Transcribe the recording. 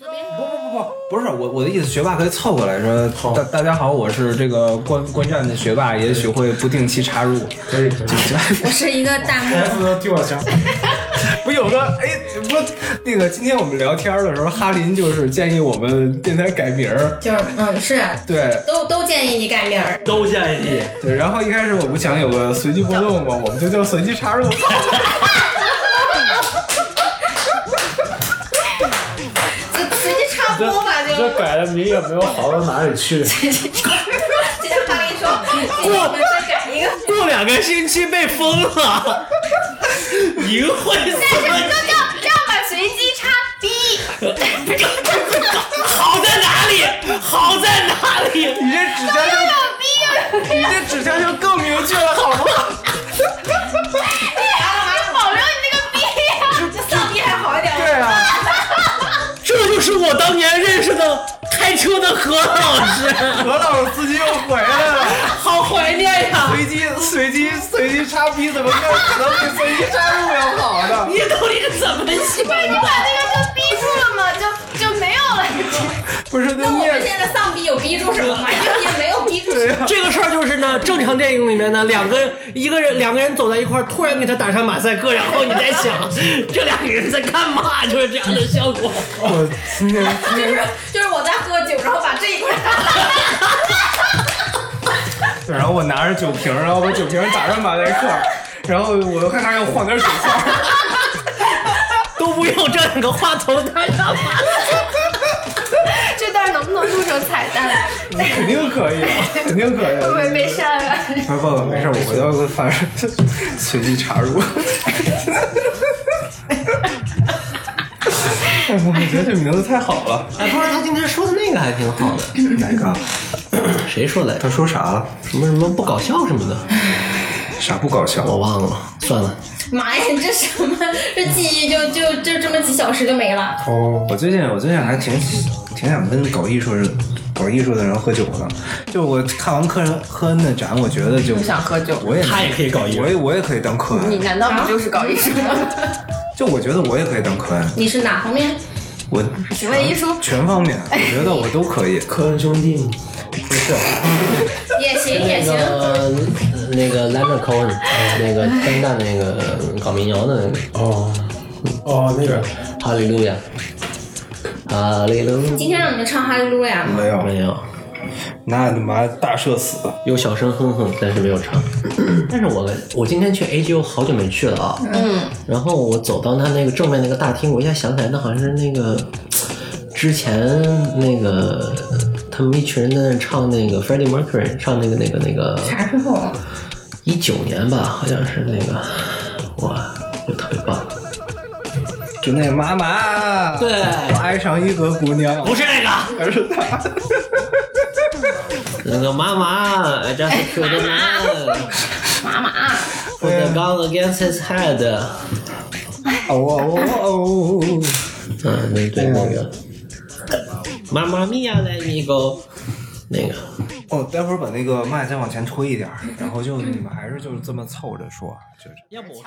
这边不不不不，不是我我的意思，学霸可以凑过来说，大大家好，我是这个观观战的学霸，也许会不定期插入。可以可以我是一个弹幕， ，S 替我想， 不有个哎，不那个今天我们聊天的时候，哈林就是建议我们电台改名儿，就是嗯是啊，对都都建议你改名儿，都建议。对，然后一开始我不想有个随机波动嘛，我们就叫随机插入。就随机插播吧，就这改了名也没有好到哪里去。就像哈林说，哎今天我们再改一个， 过两个星期被封了，淫秽但是色都叫让把随机插 B，好在哪里？好在哪里？你这指向性，哦你这指向性更明确了，好不好？你保留你那个 B 啊。就丧逼还好一点。对啊，这就是我当年认识的开车的何老师，何老师自己又回来了，好怀念呀！随机随机随机插逼，怎么可能比随机插入要好呢？你到底是怎么想你的？把那个就逼住了嘛，就就没有了。不是那那我们念现在丧逼有逼住什么吗？也没有逼住什么。这个事儿就是呢，正常电影里面呢，两个一个人两个人走在一块儿，突然给他打上马赛克，然后你在 想这两个人在干嘛，就是这样的效果。我今天就是就是我在喝酒，然后把这一块打然后我拿着酒瓶，然后把酒瓶打上马赛克，然后我还还要晃点水花。都不用这两个话头打上马 这段能不能录成彩蛋？肯定可以，肯定可以。会不会被删了？不不，没事，我回头反正随机插入。 哎，我觉得这名字太好了。哎，不是，他今天说的那个还挺好的，哪个？谁说来着？他说啥了？什么什么不搞笑什么的，啥不搞笑？我忘了，算了。妈呀，你这什么？这记忆就就就这么几小时就没了。哦，我最近我最近还挺挺想跟搞艺术人、搞艺术的人喝酒的。就我看完科恩科恩的展，我觉得就不想喝酒。我也他也可以搞艺术我也我也可以当科你恩。难道不就是搞艺术的吗？就我觉得我也可以当科恩，你是哪方面？我请问一叔，全方 面，我觉得我都可以。科恩兄弟，也行也那行，个那个 Leonard Cohen，那啊个丹丹那个搞民谣的那个，哦哦，那个哈利路亚，哈利路今天让你们唱哈利路亚吗？没有，没有，那你妈大社死！有小声哼哼，但是没有唱。但是我我今天去 AGO 好久没去了啊，嗯，然后我走到他那个正面那个大厅，我一下想起来，那好像是那个之前那个他们一群人在那唱那个 Freddie Mercury 唱那个那个那个啥时候？一九年吧，好像是那个，哇，就特别棒。就那妈妈，对我爱上一个姑娘，是那个，还是她。那个妈妈，I 哎 just killed a man，妈妈， put the gun against his head。哦哦哦哦！嗯，那对那个，妈妈咪呀，来咪狗，那个，哦，待会儿把那个麦再往前推一点儿，然后就你们还是就是这么凑着说，就是。要不我